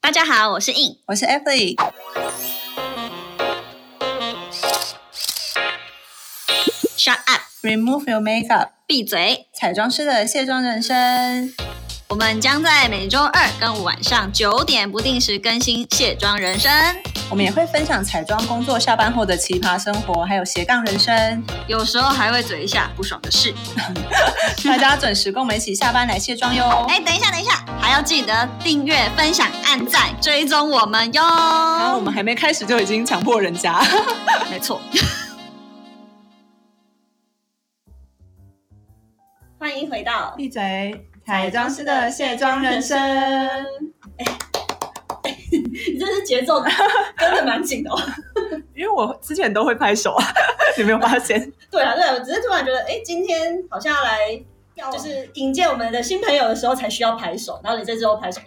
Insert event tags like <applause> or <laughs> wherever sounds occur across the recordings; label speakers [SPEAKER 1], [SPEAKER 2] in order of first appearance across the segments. [SPEAKER 1] 大家好，我是 In。
[SPEAKER 2] 我是 Emily。
[SPEAKER 1] Shut up，
[SPEAKER 2] Remove your makeup，
[SPEAKER 1] 闭嘴。
[SPEAKER 2] 彩妆师的卸妆人生。
[SPEAKER 1] 我们将在每周二跟五晚上九点不定时更新《卸妆人生》，
[SPEAKER 2] 我们也会分享彩妆工作下班后的奇葩生活，还有斜杠人 <laughs> 生。
[SPEAKER 1] 有时候还会嘴一下不爽的事。
[SPEAKER 2] 大家准时跟我们一起下班来卸妆哟。
[SPEAKER 1] 哎，等一下，等一下，还要记得订阅、分享、按赞、追踪我们哟。
[SPEAKER 2] 然后我们还没开始就已经强迫人家。
[SPEAKER 1] 没错。 <laughs> 欢迎回到
[SPEAKER 2] <laughs> 闭嘴！
[SPEAKER 1] 彩妆师的卸妆人生。你这是节奏跟的蛮紧的哦。
[SPEAKER 2] 因为我之前都会拍手 <laughs> 啊，你没有发现？
[SPEAKER 1] 对啊，对啊，我只是突然觉得，哎，今天好像要来，就是迎接我们的新朋友的时候才需要拍手，然后你在之后拍手，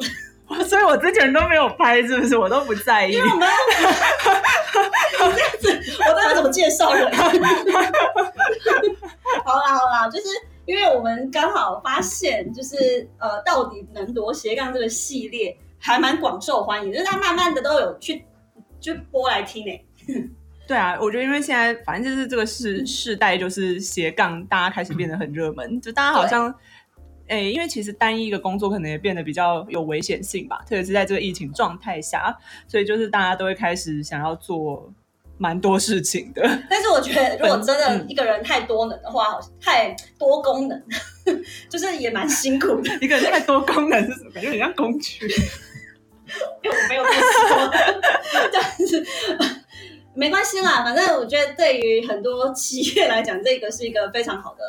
[SPEAKER 2] 我 <laughs> 所以我之前都没有拍，是不是？我都不在意
[SPEAKER 1] 因。为我们你这样子，我到底怎么介绍人？好啦好啦，就是因为我们刚好发现，就是呃，到底能夺斜杠这个系列还蛮广受欢迎，就是它慢慢的都有去就播来听诶、欸
[SPEAKER 2] 对啊，我觉得因为现在反正就是这个
[SPEAKER 3] 嗯
[SPEAKER 2] 世世代就是斜杠，大家开始变得很热门，就大家好像，哎、因为其实单一一个工作可能也变得比较有危险性吧，特别是在这个疫情状态下，所以就是大家都会开始想要做蛮多事情的。 <laughs>
[SPEAKER 1] 但是我觉得，如果真的
[SPEAKER 2] 嗯
[SPEAKER 1] 一个人太多能的话，好像太多功能， <laughs> 就是也蛮辛苦的。
[SPEAKER 2] 一个人太多功能是什么？感觉很像工具。
[SPEAKER 1] 因为我没有这么说， <laughs> 但是没关系啦。反正我觉得，对于很多企业来讲，这个是一个非常好的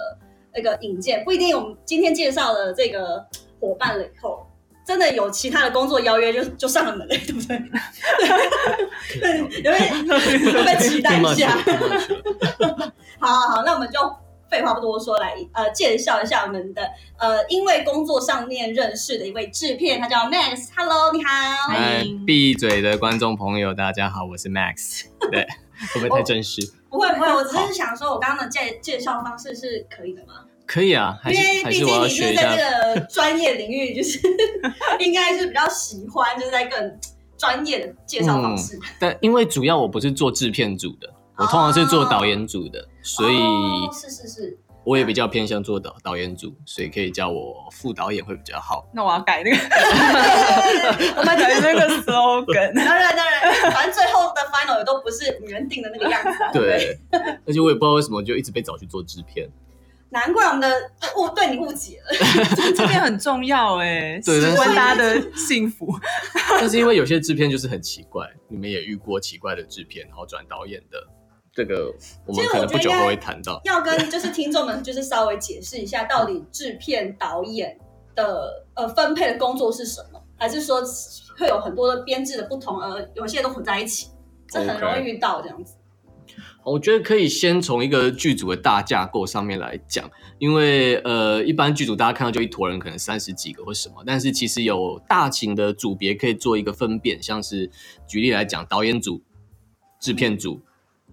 [SPEAKER 1] 那个引荐。不一定我们今天介绍的这个伙伴了以后，真的有其他的工作邀约就就上了门嘞，对不对？ <laughs> 对，有点会不会期待一下？好好好，那我们就废话不多说，来呃介绍一下我们的呃，因为工作上面认识的一位制片，他叫 Max。Hello，你好。
[SPEAKER 3] 嗨
[SPEAKER 2] 迎，
[SPEAKER 3] 闭嘴的观众朋友，大家好，我是 Max。对，会不会太正式？
[SPEAKER 1] 不会不会，我只是想说，我刚刚的介介绍方式是可以的吗？
[SPEAKER 3] 可以啊，还
[SPEAKER 1] 因
[SPEAKER 3] 是
[SPEAKER 1] 为
[SPEAKER 3] 还
[SPEAKER 1] 毕
[SPEAKER 3] 是
[SPEAKER 1] 竟
[SPEAKER 3] 我要
[SPEAKER 1] 你
[SPEAKER 3] 学
[SPEAKER 1] 是
[SPEAKER 3] 一
[SPEAKER 1] 在
[SPEAKER 3] 下。
[SPEAKER 1] 这个 <laughs> 嗯专业领域，就是应该是比较喜欢，就是在更嗯专业的介绍方式。
[SPEAKER 3] 但因为主要我不是做制片组的，我通常是做导演组的，所以
[SPEAKER 1] 哦是是 <laughs> 是，
[SPEAKER 3] 我也比较偏向做导导演组，所以可以叫我副导演会比较好。
[SPEAKER 2] 那我要改那
[SPEAKER 3] <laughs>
[SPEAKER 2] 个，我们改那个 slogan。
[SPEAKER 1] 当然当然，反正最后的 final 也都不是原定的那个样子、啊。不，
[SPEAKER 3] 对，而且我也不知道为什么就一直被找去做制片。
[SPEAKER 1] 难怪我们的误对你误解了。
[SPEAKER 2] <laughs> 这边很重要哎、
[SPEAKER 3] 对
[SPEAKER 2] 事
[SPEAKER 3] 但是
[SPEAKER 2] 关大家的幸福。
[SPEAKER 3] 但是因为有些制片就是很奇怪，你们也遇过奇怪的制片，然后转导演的，这个我
[SPEAKER 1] 其
[SPEAKER 3] 们
[SPEAKER 1] 实
[SPEAKER 3] 可
[SPEAKER 1] 我
[SPEAKER 3] 能不
[SPEAKER 1] 觉
[SPEAKER 3] 久
[SPEAKER 1] 得
[SPEAKER 3] 后会谈到。
[SPEAKER 1] 要跟就是听众们就是稍微解释一下，到底制片导演的呃分配的工作是什么，还是说会有很多的编制的不同，而有些都混在一起，
[SPEAKER 3] 哦
[SPEAKER 1] 这很容易遇到这样子。
[SPEAKER 3] 我觉得可以先从一个剧组的大架构上面来讲，因为呃，一般剧组大家看到就一坨人，可能三十几个或什么，但是其实有大型的组别可以做一个分辨，像是举例来讲，导演组、制片组、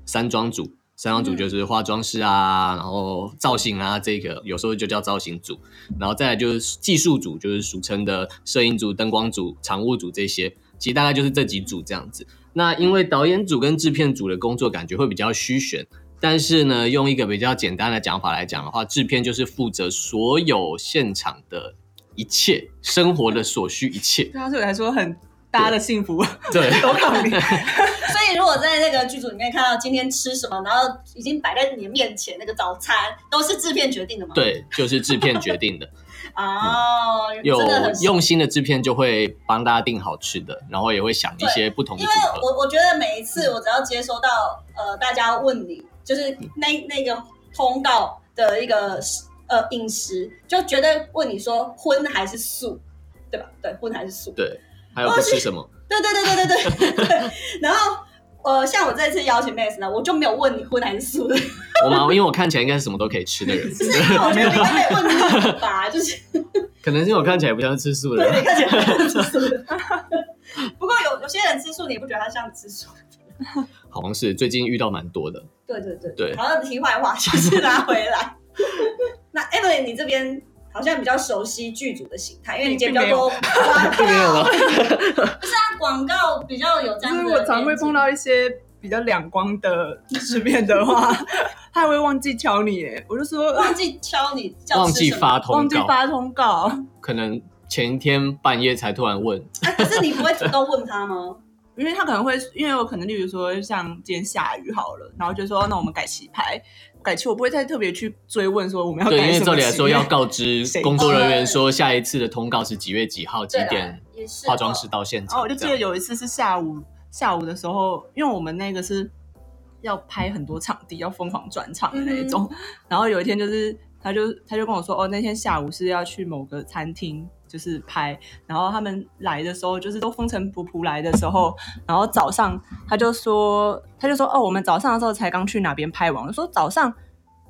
[SPEAKER 3] 三妆组，三妆组就是化妆师啊，然后造型啊，这个有时候就叫造型组，然后再来就是技术组，就是俗称的摄影组、灯光组、场务组这些，其实大概就是这几组这样子。那因为导演组跟制片组的工作感觉会比较虚悬，但是呢，用一个比较简单的讲法来讲的话，制片就是负责所有现场的一切生活的所需一切。
[SPEAKER 2] <laughs> 对啊，所以我才说很大家的幸福
[SPEAKER 3] 对，
[SPEAKER 2] <laughs> 都靠你。
[SPEAKER 1] 所以如果在那个剧组里面看到今天吃什么，然后已经摆在你的面前那个早餐，都是制片决定的吗？，
[SPEAKER 3] 对，就是制片决定的。
[SPEAKER 1] 哦，
[SPEAKER 3] 有
[SPEAKER 1] 真的很辛苦
[SPEAKER 3] 用心的制片就会帮大家订好吃的，然后也会想一些不同的
[SPEAKER 1] 因
[SPEAKER 3] 组
[SPEAKER 1] 为
[SPEAKER 3] 合。
[SPEAKER 1] 我我觉得每一次我只要接收到呃大家问你，就是那那个通告的一个呃饮食，就绝对问你说荤还是素，对吧？对，荤还是素？
[SPEAKER 3] 对，还有不吃什么？
[SPEAKER 1] 对对对对对对对。然后呃，像我这次邀请 Max 呢，我就没有问你荤还是素的，
[SPEAKER 3] 我嘛，因为我看起来应该是什么都可以吃的人，
[SPEAKER 1] 就是因为我觉得你应该被问你吧，就是
[SPEAKER 3] 可能是因为我看起来不像吃素的
[SPEAKER 1] 对
[SPEAKER 3] 人
[SPEAKER 1] 对，。看起来不吃素的。 <laughs> 不过有有些人吃素，你也不觉得他像吃素？
[SPEAKER 3] 好像是最近遇到蛮多的。
[SPEAKER 1] 对对对
[SPEAKER 3] 对
[SPEAKER 1] 好像题外话，就是拿回来。 <laughs> 那 Evelyn，你这边 <laughs> 好像比较熟悉剧组的形态，因为你接比较多广告，
[SPEAKER 3] 没有了，
[SPEAKER 1] 那啊广告比较有这样
[SPEAKER 2] 所
[SPEAKER 1] 子
[SPEAKER 2] 以
[SPEAKER 1] 的。
[SPEAKER 2] 我常会碰到一些比较两光的吃面的话， <laughs> 他还会忘记敲你耶，我就说
[SPEAKER 1] 忘记敲你叫
[SPEAKER 3] 忘
[SPEAKER 1] 吃
[SPEAKER 3] 记
[SPEAKER 1] 什么
[SPEAKER 3] 发 <laughs> 通
[SPEAKER 2] 忘记
[SPEAKER 3] 告，
[SPEAKER 2] 发通告，
[SPEAKER 3] 可能前一天半夜才突然问，
[SPEAKER 1] 啊，可是你不会主动问他吗？
[SPEAKER 2] 因为他可能会，因为我可能例如说像今天下雨好了，然后就说那我们改棋牌，改棋我不会再特别去追问说我们要
[SPEAKER 3] 对，
[SPEAKER 2] 改
[SPEAKER 3] 因为
[SPEAKER 2] 什
[SPEAKER 3] 照
[SPEAKER 2] 么
[SPEAKER 3] 理来
[SPEAKER 2] 棋
[SPEAKER 3] 说要告知
[SPEAKER 2] <laughs> 谁啊
[SPEAKER 3] 工作人员说下一次的通告是几月几 <laughs> 号几
[SPEAKER 1] 对啦
[SPEAKER 3] 点，
[SPEAKER 1] 也是
[SPEAKER 3] 化妆师到现
[SPEAKER 2] 然
[SPEAKER 3] 场。
[SPEAKER 2] 哦后我就记
[SPEAKER 3] 这
[SPEAKER 2] 得
[SPEAKER 3] 样
[SPEAKER 2] 有一次是下午下午的时候，因为我们那个是要拍很多场地，要疯狂转场的
[SPEAKER 1] 嗯
[SPEAKER 2] 那
[SPEAKER 3] 嗯
[SPEAKER 2] 一种。然后有一天就是，他就他就跟我说，哦，那天下午是要去某个餐厅。就是拍，然后他们来的时候，就是都风尘仆仆来的时候，然后早上他就说，他就说，哦，我们早上的时候才刚去哪边拍完，我说早上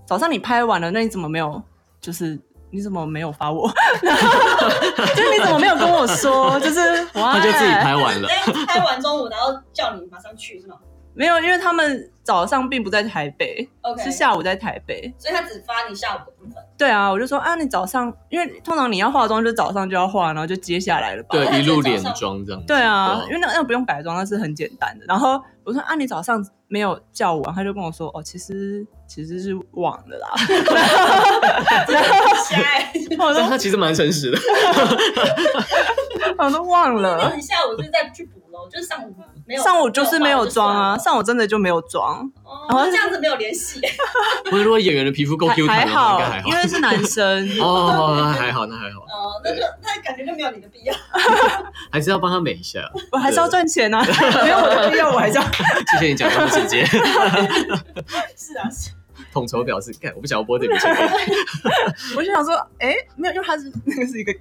[SPEAKER 2] 早上你拍完了，那你怎么没有就是你怎么没有发我？ <laughs> 就是你怎么没有跟我说？就是
[SPEAKER 3] 他
[SPEAKER 2] 他
[SPEAKER 3] 就自己拍完
[SPEAKER 1] 这
[SPEAKER 3] 了，
[SPEAKER 1] 样拍哎完中午，然后叫你马上去是吗
[SPEAKER 2] 没有，因为他们早上并不在台北
[SPEAKER 1] ？OK，
[SPEAKER 2] 是，下午在台北。
[SPEAKER 1] 所以他只发你下午的部
[SPEAKER 2] <laughs>
[SPEAKER 1] 分。
[SPEAKER 2] 对啊，我就说啊，你早上，因为通常你要化妆就早上就要化，然后就接下来了吧？
[SPEAKER 3] 对，一路
[SPEAKER 1] 早
[SPEAKER 3] 脸
[SPEAKER 1] 上
[SPEAKER 3] 妆这样子。
[SPEAKER 2] 对啊，因
[SPEAKER 3] 对
[SPEAKER 2] 为那个那个不用改装，那是很简单的。然后我说啊，你早上没有叫我，他就跟我说哦，其实其实是忘了啦。 <laughs>
[SPEAKER 1] 下来，
[SPEAKER 2] 我
[SPEAKER 3] 但
[SPEAKER 2] 说
[SPEAKER 3] 他其实蛮诚
[SPEAKER 2] <laughs>
[SPEAKER 3] 实的，
[SPEAKER 2] 我都忘了
[SPEAKER 1] 那，你下午是再去补喽，就是上午没有，
[SPEAKER 2] 上午就是没有妆啊，
[SPEAKER 1] 上
[SPEAKER 2] 上午真的就没有妆，
[SPEAKER 1] 哦，
[SPEAKER 2] 然后
[SPEAKER 1] 那这样子没有联系，
[SPEAKER 3] 不是如果演员的皮肤够
[SPEAKER 2] 还
[SPEAKER 3] Q 弹
[SPEAKER 2] 还
[SPEAKER 3] 的话，应
[SPEAKER 2] 好
[SPEAKER 3] 该还，好
[SPEAKER 2] 因。为是男生。
[SPEAKER 3] <laughs> 哦，那还好，那还好，
[SPEAKER 1] 哦，那就那感觉就没有你的必要。
[SPEAKER 3] 还是要帮他美一下。
[SPEAKER 2] 我还是要赚钱啊， <laughs> 没有我的必要，我还是要。
[SPEAKER 3] 谢谢你讲那么直接，
[SPEAKER 1] <laughs>
[SPEAKER 3] <laughs>
[SPEAKER 1] 是啊，是
[SPEAKER 3] 统筹表示，看我不想要播这个节目。
[SPEAKER 2] 我就想说，哎、没有，因为它是那个是一个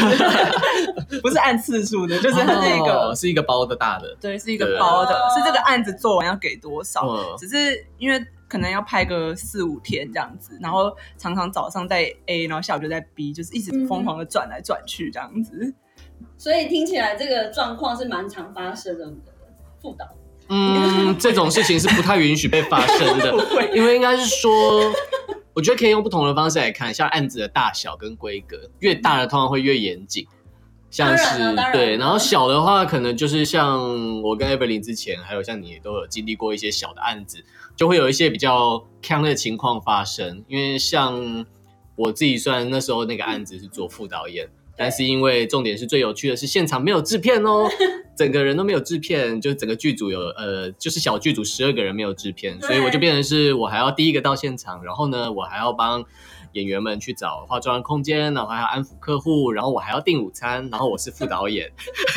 [SPEAKER 2] case，不
[SPEAKER 3] <laughs>
[SPEAKER 2] 是按次数的， <laughs> 就是它是一个、
[SPEAKER 3] 哦是一个包的大的，
[SPEAKER 2] 对，是一个包的，
[SPEAKER 1] 对
[SPEAKER 2] 是这个案子做完要给多少，
[SPEAKER 3] 啊嗯
[SPEAKER 2] 只是因为可能要拍个四五天这样子，然后常常早上在 A，然后下午就在 B，就是一直疯狂的转来转去这样
[SPEAKER 3] <laughs>
[SPEAKER 2] 子。
[SPEAKER 1] <laughs> 所以听起来这个状况是蛮常发生的。我们的副导， <laughs>
[SPEAKER 3] 嗯，这种事情是不太允许被发生的
[SPEAKER 2] 不，会，
[SPEAKER 3] 因为应该是说，我觉得可以用不同的方式来看，像案子的大小跟规格，越大的通常会越严谨，像
[SPEAKER 1] 当然
[SPEAKER 3] 是
[SPEAKER 1] 了当然
[SPEAKER 3] 对，
[SPEAKER 1] 了
[SPEAKER 3] 然后小的话可能就是像我跟 Evelyn 之前，还有像你也都有经历过一些小的案子，就会有一些比较坑的情况发生，因为像我自己虽然那时候那个案子是做副导演。但是因为重点是最有趣的是现场没有制片哦，整个人都没有制片，就整个剧组有呃，就是小剧组十二个人没有制片，所以我就变成是我还要第一个到现场，然后呢，我还要帮演员们去找化妆的空间，然后还要安抚客户，然后我还要订午餐，然后我是副导演
[SPEAKER 1] <laughs>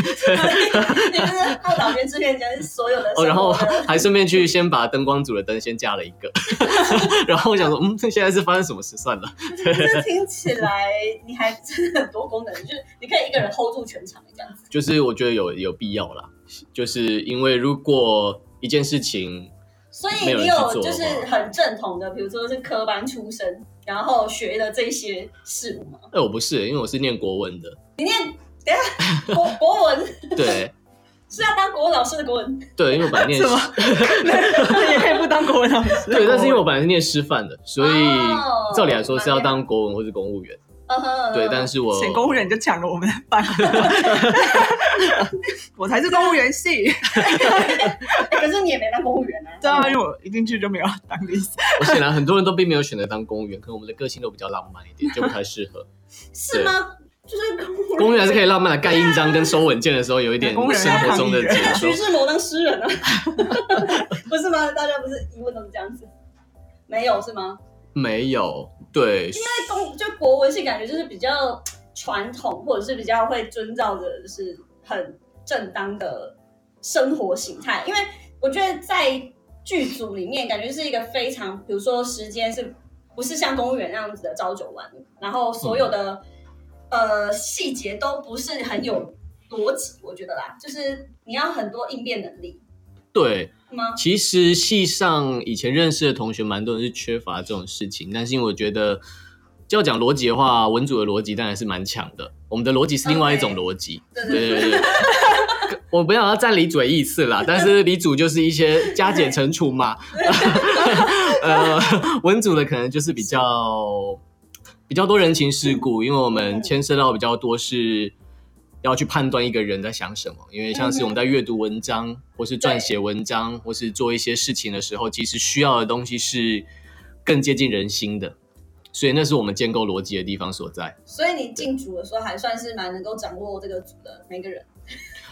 [SPEAKER 1] 你就是副导编制片间所有的生活
[SPEAKER 3] 哦，
[SPEAKER 1] 的，
[SPEAKER 3] 然后 <laughs> 还顺便去先把灯光组的灯先加了一个， <laughs> 然后我想说，嗯，现在是发生什么事？算了，
[SPEAKER 1] 这听起来你还真的很多功能，就是你可以一个人 hold 住全场这样子。
[SPEAKER 3] 就是我觉得有有必要啦，就是因为如果一件事情
[SPEAKER 1] 所
[SPEAKER 3] 没
[SPEAKER 1] 以
[SPEAKER 3] 有
[SPEAKER 1] 你
[SPEAKER 3] 人去做
[SPEAKER 1] 有
[SPEAKER 3] 的话
[SPEAKER 1] 就是很正统的，比如说是科班出身，然后学的这些事物吗？
[SPEAKER 3] 哎、我不是，因为我是念国文的，
[SPEAKER 1] 国国文
[SPEAKER 3] 对
[SPEAKER 1] 是要当国文老师的国文，
[SPEAKER 3] 对，因为我本来念
[SPEAKER 2] 什么？那也可以不当国文老师。
[SPEAKER 3] 对，但是因为我本来是念师范的，所以
[SPEAKER 1] 哦
[SPEAKER 3] 照理来说是要当国文或是公务员，
[SPEAKER 1] 嗯哼
[SPEAKER 3] 对，但是我
[SPEAKER 2] <laughs> 呃选公务员就抢了我们的班，啊 <laughs> 我才是公务员系。
[SPEAKER 1] 哎可是你也没当公务员啊。
[SPEAKER 2] 对啊，因为我一进去就没有当的意思。
[SPEAKER 3] 我显然很多人都并没有选择当公务员，可能我们的个性都比较浪漫一点，就不太适合。
[SPEAKER 1] 是吗？就是公务
[SPEAKER 3] 公务员还是可
[SPEAKER 1] 以。
[SPEAKER 3] 以浪漫的，盖印章跟收文件的时候有一点
[SPEAKER 2] 公务员
[SPEAKER 3] 生活中的解说
[SPEAKER 1] 徐。志摩当诗人啊，不是吗？大家不是疑问都是这样子，没有是吗？
[SPEAKER 3] 没有，对，
[SPEAKER 1] 在公就国文系感觉就是比较传统，或者是比较会遵照着就是很正当的生活形态，因为我觉得在剧组里面感觉是一个非常，比如说时间是不是像公务员那样子的朝九晚五，然后所有的、呃细节都不是很有逻辑，我觉得啦，就是你要很多应变能力
[SPEAKER 3] 对，
[SPEAKER 1] 是吗？
[SPEAKER 3] 其实系上以前认识的同学，蛮多人是缺乏这种事情，但是因为我觉得，就要讲逻辑的话，文组的逻辑当然是蛮强的，我们的逻辑是另外一种逻辑。
[SPEAKER 1] 对
[SPEAKER 3] 对对对对。我不想要占李主的意思啦，但是李主就是一些加减乘除嘛，呃，文组的可能就是比较比较多人情世故，因为我们牵涉到比较多是要去判断一个人在想什么，因为像是我们在阅读文章，或是撰写文章，或是做一些事情的时候，其实需要的东西是更接近人心的，所以那是我们建构逻辑的地方所在。
[SPEAKER 1] 所以你进组的时候还算是蛮能够掌握这个组的每个
[SPEAKER 3] <laughs>
[SPEAKER 1] 人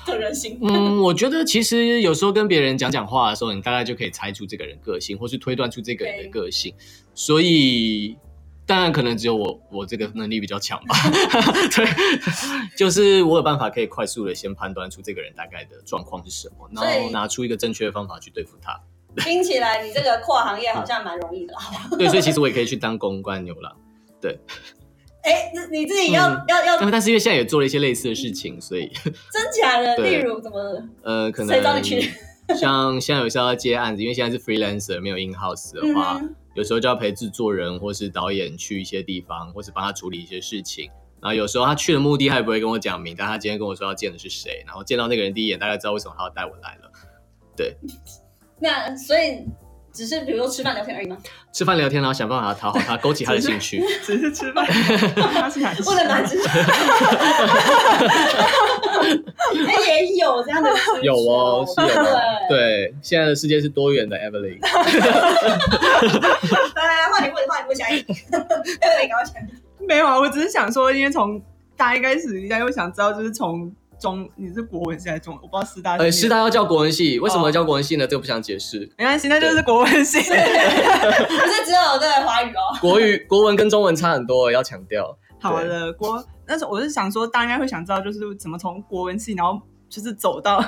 [SPEAKER 1] 的人性。
[SPEAKER 3] 嗯，我觉得其实有时候跟别人讲讲话的时候，你大概就可以猜出这个人个性，或是推断出这个人的个性。所以，当然可能只有我，我这个能力比较强
[SPEAKER 1] <laughs>
[SPEAKER 3] 吧。对，就是我有办法可以快速的先判断出这个人大概的状况是什么，然
[SPEAKER 1] 所
[SPEAKER 3] 后
[SPEAKER 1] 以
[SPEAKER 3] 拿出一个正确的方法去对付他。
[SPEAKER 1] 听起来你这个跨行业好像蛮容易
[SPEAKER 3] <laughs>
[SPEAKER 1] 的啦。
[SPEAKER 3] 对，所以其实我也可以去当公关牛
[SPEAKER 1] <laughs>
[SPEAKER 3] 郎，
[SPEAKER 1] 哎，你你自己要
[SPEAKER 3] 嗯
[SPEAKER 1] 要要
[SPEAKER 3] 但但是因为现在也做了一些类似的事情，所以
[SPEAKER 1] 真假的，例
[SPEAKER 3] 对
[SPEAKER 1] 如怎么？嗯
[SPEAKER 3] 呃，可能
[SPEAKER 1] 谁找你去
[SPEAKER 3] 像现在有时候要接案子，因为现在是 freelancer
[SPEAKER 1] <laughs>
[SPEAKER 3] 没有 in house 的话，
[SPEAKER 1] 嗯
[SPEAKER 3] 有时候就要陪制作人或是导演去一些地方，或是帮他处理一些事情。然后有时候他去的目的他也不会跟我讲明，但他今天跟我说要见的是谁，然后见到那个人第一眼大概知道为什么他要带我来了。
[SPEAKER 1] 那所以只是比如说吃饭聊天而已
[SPEAKER 3] <laughs>
[SPEAKER 1] 吗？
[SPEAKER 3] 吃饭聊天，然后想办法讨好他，勾起他的兴趣。
[SPEAKER 2] 只是吃
[SPEAKER 3] <laughs>
[SPEAKER 2] 饭，他是哪
[SPEAKER 1] 不能拿
[SPEAKER 2] 吃？
[SPEAKER 1] 直。哎，也有这样的直
[SPEAKER 3] 有哦，是有哦。
[SPEAKER 1] 对，
[SPEAKER 3] 对，现在的世界是多元的，Evelyn。
[SPEAKER 1] 来来来，换你问，换你 <laughs> 问下一题。对，赶快想。
[SPEAKER 2] <laughs> 没有啊，我只是想说，因为从大一开始，应该会想知道，就是从中你是国文系还是中文，我不知道师大是
[SPEAKER 3] 呃，
[SPEAKER 2] 念
[SPEAKER 3] 师大要叫国文系，为什么叫国文系呢？这个不想解释。
[SPEAKER 2] 没关系，那就是国文 <laughs> 系。
[SPEAKER 1] 不是只有对华语哦，
[SPEAKER 3] 国语、国文跟中文差很多，要强调。
[SPEAKER 2] 好的，国那时候我是想说，大家应该会想知道，就是怎么从国文系，然后就是走到，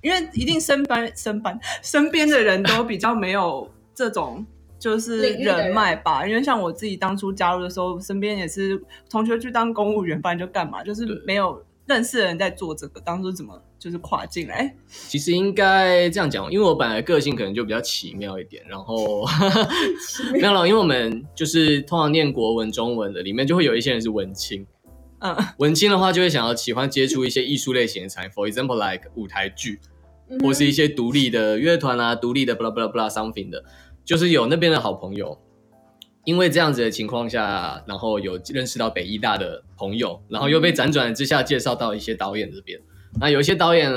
[SPEAKER 2] 因为一定身边身边身边的人都比较没有这种。就是
[SPEAKER 1] 领域的人
[SPEAKER 2] 人脉吧，因为像我自己当初加入的时候，身边也是同学去当公务员，不然就干嘛，就是
[SPEAKER 3] 对
[SPEAKER 2] 没有认识的人在做这个，当初怎么就是跨进来？
[SPEAKER 3] 其实应该这样讲，因为我本来个性可能就比较奇妙一点，然后 <laughs> 没有了，因为我们就是通常念国文、中文的，里面就会有一些人是文青。
[SPEAKER 2] 嗯，
[SPEAKER 3] 文青的话，就会想要喜欢接触一些艺术类型的产业，for example like 舞台剧，
[SPEAKER 1] 嗯
[SPEAKER 3] 或是一些独立的乐团啊、独立的 blah blah blah something 的，就是有那边的好朋友。因为这样子的情况下，然后有认识到北医大的朋友，然后又
[SPEAKER 1] 嗯
[SPEAKER 3] 被辗转之下介绍到一些导演这边。那有一些导演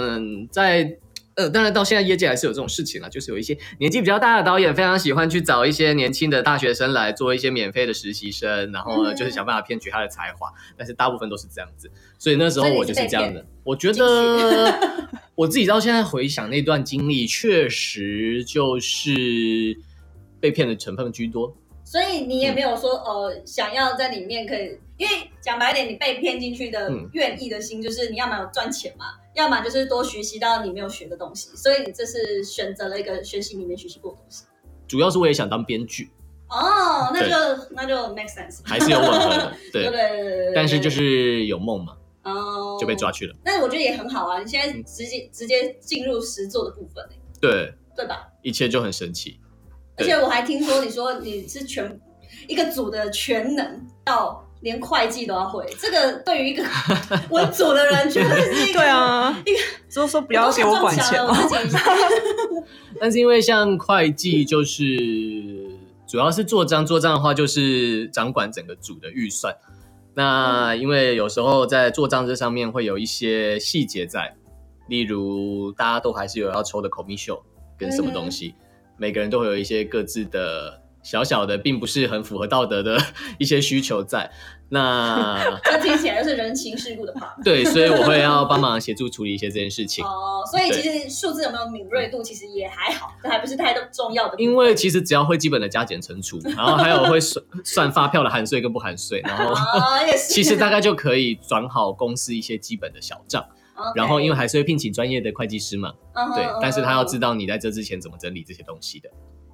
[SPEAKER 3] 在呃，当然到现在业界还是有这种事情了，就是有一些年纪比较大的导演非常喜欢去找一些年轻的大学生来做一些免费的实习生，然后呢
[SPEAKER 1] 嗯
[SPEAKER 3] 就是想办法骗取他的才华，但是大部分都是这样子。所以那时候
[SPEAKER 1] 所以你
[SPEAKER 3] 我
[SPEAKER 1] 是
[SPEAKER 3] 就是
[SPEAKER 1] 被
[SPEAKER 3] 这样
[SPEAKER 1] 骗
[SPEAKER 3] 的。我
[SPEAKER 1] <laughs>
[SPEAKER 3] 觉得我自己到现在回想那段经历，确实就是被骗的成分居多。
[SPEAKER 1] 所以你也没
[SPEAKER 3] 嗯
[SPEAKER 1] 有说呃，想要在里面可以，因为讲白一点，你被骗进去的
[SPEAKER 3] 嗯
[SPEAKER 1] 愿意的心，就是你要么有赚钱嘛，要么就是多学习到你没有学的东西，所以你这是选择了一个学习你没学习过的东西。
[SPEAKER 3] 主要是我也想当编剧，
[SPEAKER 1] 哦，那就那就 make sense，
[SPEAKER 3] 还是有吻合
[SPEAKER 1] <laughs>
[SPEAKER 3] 的，
[SPEAKER 1] 对对
[SPEAKER 3] 对。
[SPEAKER 1] 对对对
[SPEAKER 3] 但是就是有梦嘛，
[SPEAKER 1] 哦
[SPEAKER 3] 就被抓。去了。
[SPEAKER 1] 但是我觉得也很好啊，你现在
[SPEAKER 3] 嗯
[SPEAKER 1] 直接直接进入实作的部分、欸，
[SPEAKER 3] 对，
[SPEAKER 1] 对吧？
[SPEAKER 3] 一切就很神奇。
[SPEAKER 1] 而
[SPEAKER 3] 对
[SPEAKER 1] 且我还听说你说你是全一个组的全能，到连会计都要会，这个对
[SPEAKER 3] <laughs>
[SPEAKER 1] 于一个文组的人绝对是一个
[SPEAKER 2] 对，啊，就是说不要给我管钱
[SPEAKER 1] 我
[SPEAKER 2] 嘛。
[SPEAKER 1] 都想撞
[SPEAKER 3] 啊
[SPEAKER 1] 墙了。我自己
[SPEAKER 3] <laughs> 但是因为像会计，就是主要是做账，做账的话就是掌管整个组的预算。那因为有时候在做账这上面会有一些细节在，例如大家都还是有要抽的 commission 跟什么东西，每个人都会有一些各自的小小的，并不是很符合道德的一些需求在。那
[SPEAKER 1] 这听起来就是人情世故的 part。
[SPEAKER 3] 对，所以我会要帮忙协助处理一些这件事情。
[SPEAKER 1] 哦，所以其实数字有没有敏锐度，其实也还好，这还不是太重要的部分。
[SPEAKER 3] 因为其实只要会基本的加减
[SPEAKER 1] <laughs>
[SPEAKER 3] 乘除，然后还有会算算发票的含税跟不含税，然后
[SPEAKER 1] 啊，也是。
[SPEAKER 3] <laughs> 其实大概就可以转好公司一些基本的小账。
[SPEAKER 1] <laughs> OK，
[SPEAKER 3] 然后因为还是会聘请专业的会计师嘛，
[SPEAKER 1] 嗯哼
[SPEAKER 3] 对，但是他要
[SPEAKER 1] 嗯哼
[SPEAKER 3] 知道你在这之前怎么整理这些东西的。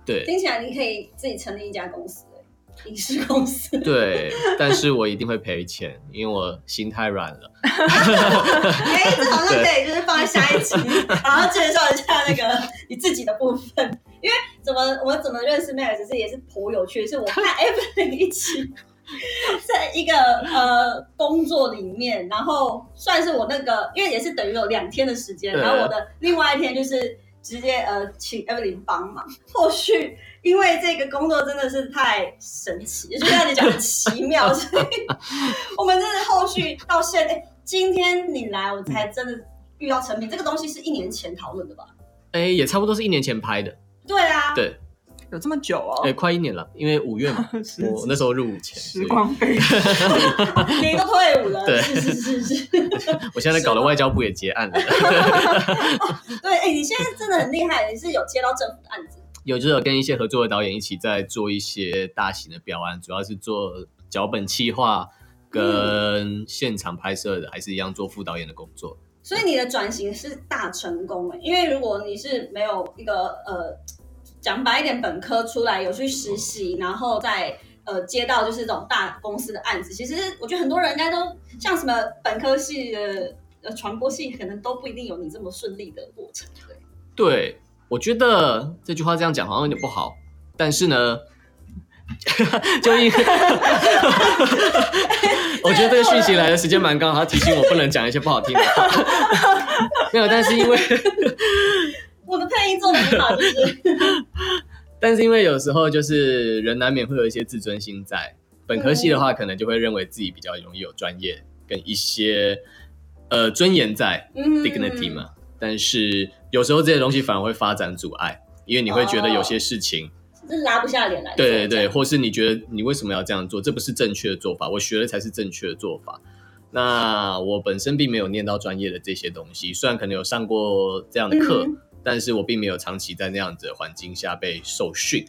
[SPEAKER 3] 对
[SPEAKER 1] <laughs> 听起来你可以自己成立一家公司、欸，影视公司。
[SPEAKER 3] 对，但是我一定会赔钱，因为我心太软了。
[SPEAKER 1] 哎、这好像可以，就是放在下一集，然后介绍一下那个你自己的部分。因为怎么我怎么认识 Mary，只是也是颇有趣，是我和 Evelyn 一起在一个呃工作里面，然后算是我那个，因为也是等于有两天的时间，
[SPEAKER 3] 对
[SPEAKER 1] 然后我的另外一天就是直接呃请 Evelyn 帮忙，后续。因为这个工作真的是太 <laughs> 神奇，就像你讲的奇妙，所以我们真的后续到现在，哎今天你来，我
[SPEAKER 3] 嗯
[SPEAKER 1] 才真的遇到成品。这个东西是一年前讨论的吧？
[SPEAKER 3] 哎，也差不多是一年前拍的，
[SPEAKER 1] 对啊，
[SPEAKER 3] 对，
[SPEAKER 2] 有这么久哦
[SPEAKER 3] 哎，，快一年了，因为
[SPEAKER 1] <laughs>
[SPEAKER 3] 五月嘛，
[SPEAKER 2] 时
[SPEAKER 3] 我那时候入伍前，所
[SPEAKER 2] 时
[SPEAKER 3] 以
[SPEAKER 2] 光飞逝。
[SPEAKER 1] 你都退伍了，
[SPEAKER 3] 对
[SPEAKER 1] 是是是是， <laughs>
[SPEAKER 3] 我现在在搞的外交部也结案了，
[SPEAKER 1] 对，哎、你现在真的很厉害，你是有接到政府的案子，
[SPEAKER 3] 有就是有跟一些合作的导演一起在做一些大型的标案，主要是做脚本企划跟现场拍摄的，还是一样做副导演的工作。
[SPEAKER 1] 所以你的转型是大成功哎、因为如果你是没有一个呃，讲白一点，本科出来有去实
[SPEAKER 3] 嗯
[SPEAKER 1] 习，然后再。呃，接到就是这种大公司的案子，其实我觉得很多人应该都像什么本科系的、呃传播系，可能都不一定有你这么顺利的过程。对，
[SPEAKER 3] 对，我觉得这句话这样讲好像有点不好，但是呢， <laughs> 就因为 <laughs> 我觉得这个讯息来的时间蛮刚好，他提醒我不能讲一些不好听的话。 <laughs> 没有，但是因为
[SPEAKER 1] 我的配音做的很好，就是
[SPEAKER 3] 但是因为有时候就是人难免会有一些自尊心在，本科系的话可能就会认为自己比较容易有专业跟一些呃尊严在，
[SPEAKER 1] 嗯
[SPEAKER 3] dignity 嘛。但是有时候这些东西反而会发展阻碍，因为你会觉得有些事情，
[SPEAKER 1] 嗯是拉不下脸来做。
[SPEAKER 3] 对对
[SPEAKER 1] 这
[SPEAKER 3] 对，
[SPEAKER 1] 样，
[SPEAKER 3] 或是你觉得你为什么要这样做？这不是正确的做法，我学的才是正确的做法。那我本身并没有念到专业的这些东西，虽然可能有上过这样的课，
[SPEAKER 1] 嗯
[SPEAKER 3] 但是我并没有长期在那样子的环境下被受训，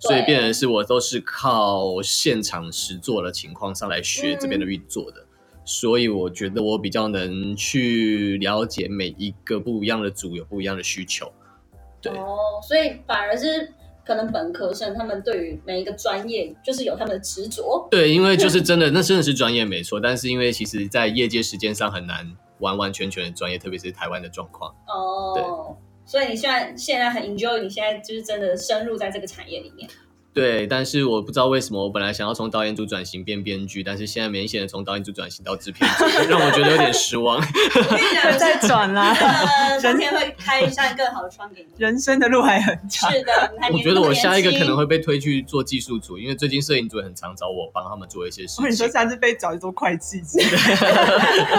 [SPEAKER 1] 对
[SPEAKER 3] 所以变成是我都是靠现场实做的情况上来学这边
[SPEAKER 1] 嗯
[SPEAKER 3] 的运作的。所以我觉得我比较能去了解每一个不一样的组有不一样的需求。对
[SPEAKER 1] 哦，所以反而是可能本科生他们对于每一个专业就是有他们的执着。
[SPEAKER 3] 对，因为就是真的，那真的是专业没错，但是因为其实在业界时间上很难完完全全的专业，特别是台湾的状况。
[SPEAKER 1] 哦，所以你现在现在很 enjoy，你现在就是真的深入在这个产业里
[SPEAKER 3] <laughs>
[SPEAKER 1] 面。
[SPEAKER 3] 对，但是我不知道为什么，我本来想要从导演组转型变编剧，但是现在明显的从导演组转型到制片 <laughs> 组，让我觉得有点失望。
[SPEAKER 1] 我跟你讲，
[SPEAKER 2] 再转
[SPEAKER 3] <laughs>
[SPEAKER 2] 啦，
[SPEAKER 1] 呃，上天会开一扇更好的窗给你。
[SPEAKER 2] 人生的路还很长。
[SPEAKER 1] 是的，你还
[SPEAKER 3] 我
[SPEAKER 1] 年
[SPEAKER 3] 觉得我下一个可能
[SPEAKER 1] <laughs> 会
[SPEAKER 3] 会被推去做技术组，因为最近摄影组也很常找我帮他们做一些事
[SPEAKER 2] 我跟你说，
[SPEAKER 3] 情。
[SPEAKER 2] 下次被找去做会计之类的，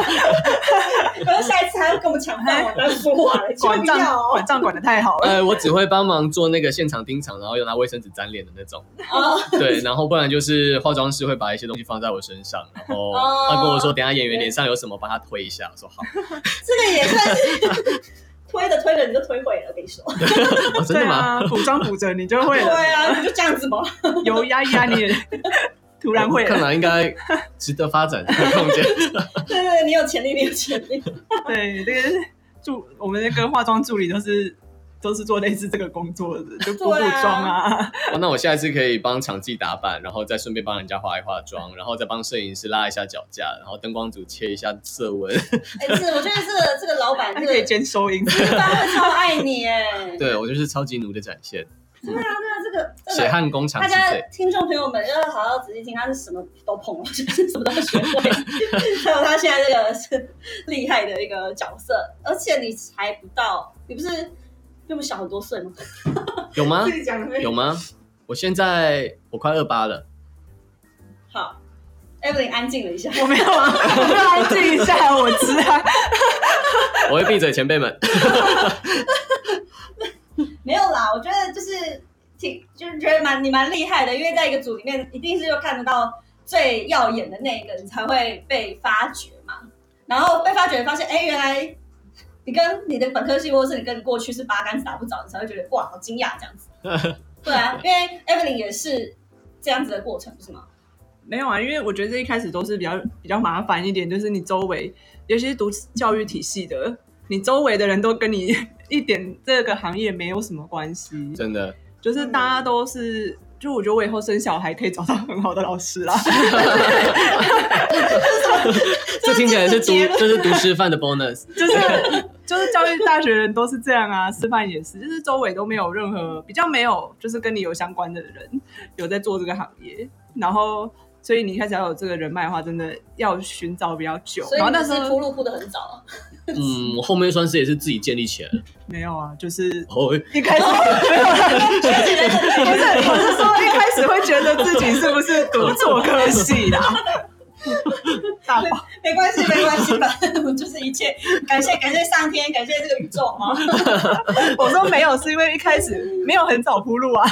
[SPEAKER 1] 可能下一次还要跟我们抢饭碗，
[SPEAKER 3] <laughs>
[SPEAKER 1] 不要说话了，千万
[SPEAKER 2] 管
[SPEAKER 1] 不
[SPEAKER 2] 账
[SPEAKER 1] 要哦
[SPEAKER 2] 管。账管的太好了。
[SPEAKER 3] 呃，我只会帮忙做那个现场盯场，然后用拿卫生纸沾脸的那种。
[SPEAKER 1] 哦
[SPEAKER 3] 对，然后不然就是化妆师会把一些东西放在我身上，然后
[SPEAKER 1] 哦
[SPEAKER 3] 他跟我说，等一下演员脸上有什么，帮他推一下。我说好， <laughs>
[SPEAKER 1] 这个也算是推着推着你就推毁了，我跟你说。
[SPEAKER 3] 哦、真
[SPEAKER 2] 对
[SPEAKER 3] 的吗？
[SPEAKER 2] 啊，补妆补着你就
[SPEAKER 1] <laughs>
[SPEAKER 2] 会
[SPEAKER 1] 对
[SPEAKER 2] 了，
[SPEAKER 1] 啊，你就这样子吧。
[SPEAKER 2] 油压一压你也 <laughs> 突然会
[SPEAKER 3] 看
[SPEAKER 2] 了。
[SPEAKER 3] 来应该值得发展的空间。
[SPEAKER 1] <laughs> 对对对，你有潜力，你有潜力。
[SPEAKER 2] 对，这个助我们那个化妆助理都是都是做类似这个工作的，就补补
[SPEAKER 1] 对啊
[SPEAKER 2] 妆啊。
[SPEAKER 3] 哦那我下一次可以帮场记打扮，然后再顺便帮人家化一化妆，然后再帮摄影师拉一下脚架，然后灯光组切一下色温。 <laughs>
[SPEAKER 1] 哎、是，我觉得这个这个老板
[SPEAKER 2] 还
[SPEAKER 1] 这
[SPEAKER 2] 可以
[SPEAKER 1] 个
[SPEAKER 2] 兼收银。
[SPEAKER 1] 这班会超爱你哎。对
[SPEAKER 3] <laughs> 对我就是超级奴的展现，
[SPEAKER 1] 啊，对啊，这个这
[SPEAKER 3] 血
[SPEAKER 1] 个。
[SPEAKER 3] 汗工厂
[SPEAKER 1] 大
[SPEAKER 3] 之
[SPEAKER 1] 家
[SPEAKER 3] 最。
[SPEAKER 1] 听众朋友们要好好仔细听，他是什么都碰了， <laughs> 就是什么都学会，还有他现在这个是厉害的一个角色，而且你才不到，你不是比我们小很多岁吗？
[SPEAKER 3] 有
[SPEAKER 1] 哎
[SPEAKER 3] 吗？
[SPEAKER 2] 自己讲的
[SPEAKER 3] 有吗？我现在我快二八了，
[SPEAKER 1] 好，Evelyn 安静了一下，
[SPEAKER 2] 我没有啊，我没有安静一下，我知啊。
[SPEAKER 3] 我会闭嘴，前辈们。 <laughs>
[SPEAKER 1] 没有啦，我觉得就是挺就是觉得蛮你蛮厉害的，因为在一个组里面，一定是又看得到最耀眼的那一个，你才会被发掘嘛。然后被发掘，发现哎，原来你跟你的本科系，或者是你跟你过去是八竿子打不着，你才会觉得哇，好惊讶这样子。对啊，因为 Evelyn 也是这样子的过程，不是吗？
[SPEAKER 2] 没有啊，因为我觉得这一开始都是比较比较麻烦一点，就是你周围，尤其是读教育体系的，你周围的人都跟你一点这个行业没有什么关系，
[SPEAKER 3] 真的，
[SPEAKER 2] 就是大家都是。就我觉得我以后生小孩可以找到很好的老师
[SPEAKER 1] <laughs>
[SPEAKER 2] 啦，
[SPEAKER 3] 这听起来是读
[SPEAKER 1] 这是
[SPEAKER 3] 这是读师范的 bonus。
[SPEAKER 2] 就是就是教育大学人都是这样啊，师范也是，就是周围都没有任何比较没有就是跟你有相关的人有在做这个行业，然后所以你一开始要有这个人脉的话，真的要寻找比较久，
[SPEAKER 1] 所以
[SPEAKER 2] 然后
[SPEAKER 1] 你
[SPEAKER 2] 那
[SPEAKER 1] 们
[SPEAKER 2] 时
[SPEAKER 1] 是铺
[SPEAKER 2] 候
[SPEAKER 1] 路铺的很早啊。
[SPEAKER 3] 嗯，我后面算是也是自己建立起来的。
[SPEAKER 2] 没有啊，就是
[SPEAKER 3] 哦，
[SPEAKER 2] 一开始没有啦啊不是，我是说一开始会觉得自己是不是读错科系啦？啊大宝，
[SPEAKER 1] 没关系，没关系，反正我们就是一切感谢感谢上天，感谢这个宇宙嘛。
[SPEAKER 2] 我说没有，是因为一开始没有很早铺路啊，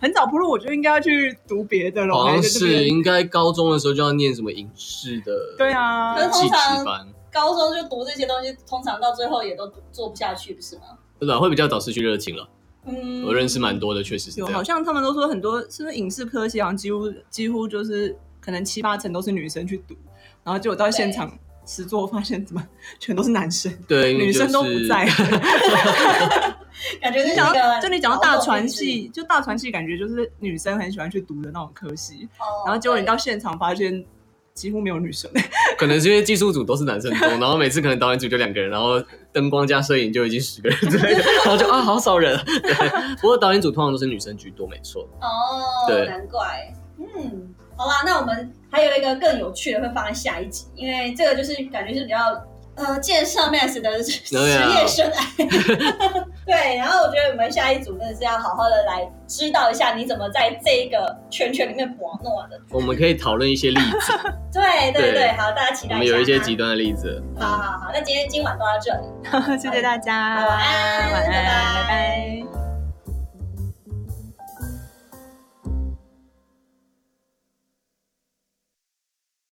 [SPEAKER 2] 很早铺路我就应该要去读别的哎了。
[SPEAKER 3] 好像
[SPEAKER 2] 我还在这
[SPEAKER 3] 是
[SPEAKER 2] 边
[SPEAKER 3] 应该高中的时候就要念什么影视的
[SPEAKER 2] 对啊，
[SPEAKER 1] 可是
[SPEAKER 3] 气
[SPEAKER 1] 通
[SPEAKER 3] 质
[SPEAKER 1] 常
[SPEAKER 3] 班，
[SPEAKER 1] 高中就读这些东西，通常到最后也都读做不下去，不是吗？
[SPEAKER 3] 对吧？会比较早失去热情了。
[SPEAKER 1] 嗯，
[SPEAKER 3] 我认识蛮多的，确实是
[SPEAKER 2] 有
[SPEAKER 3] 这
[SPEAKER 2] 好
[SPEAKER 3] 样。
[SPEAKER 2] 像他们都说很多是不是影视科系，好像几乎几乎就是可能七八成都是女生去读，然后结果到现场实作发现怎么全都是男生，
[SPEAKER 3] 对，因为
[SPEAKER 2] 女生都
[SPEAKER 3] 就
[SPEAKER 2] 不
[SPEAKER 3] 是
[SPEAKER 2] 在。
[SPEAKER 1] 嗯感觉就
[SPEAKER 2] 你
[SPEAKER 1] 是
[SPEAKER 2] 讲
[SPEAKER 1] 一
[SPEAKER 2] 到，
[SPEAKER 1] 个
[SPEAKER 2] 就你讲到大传系，就大传系感觉就是女生很喜欢去读的那种科系，
[SPEAKER 1] 哦，
[SPEAKER 2] 然后结果你
[SPEAKER 1] 对
[SPEAKER 2] 到现场发现几乎没有女生， <laughs>
[SPEAKER 3] 可能是因为技术组都是男生多，然后每次可能导演组就两个人，然后灯光加摄影就已经十个人之类的，然后就啊好少人。对，不过导演组通常都是女生居多，没错。
[SPEAKER 1] 哦，
[SPEAKER 3] 对
[SPEAKER 1] 难怪，嗯，好啦，那我们还有一个更有趣的会放在下一集，因为这个就是感觉是比较呃见上 Max 的职
[SPEAKER 3] 啊
[SPEAKER 1] 业生涯。
[SPEAKER 3] <laughs>
[SPEAKER 1] 对，然后我觉得我们下一组真的是要好好的来知道一下你怎么在这个圈圈里面搏诺的。
[SPEAKER 3] 我们可以讨论一些例子，
[SPEAKER 1] 对对对，
[SPEAKER 3] 对
[SPEAKER 1] 好，大家期
[SPEAKER 3] 我
[SPEAKER 1] 待
[SPEAKER 3] 们
[SPEAKER 1] 一下。
[SPEAKER 3] 有一些极端的例子。
[SPEAKER 1] 好好好，那今天今晚都到这里。
[SPEAKER 2] 谢谢大家，
[SPEAKER 1] 晚安
[SPEAKER 2] 晚
[SPEAKER 1] 拜
[SPEAKER 2] 安，
[SPEAKER 1] 拜
[SPEAKER 2] 拜拜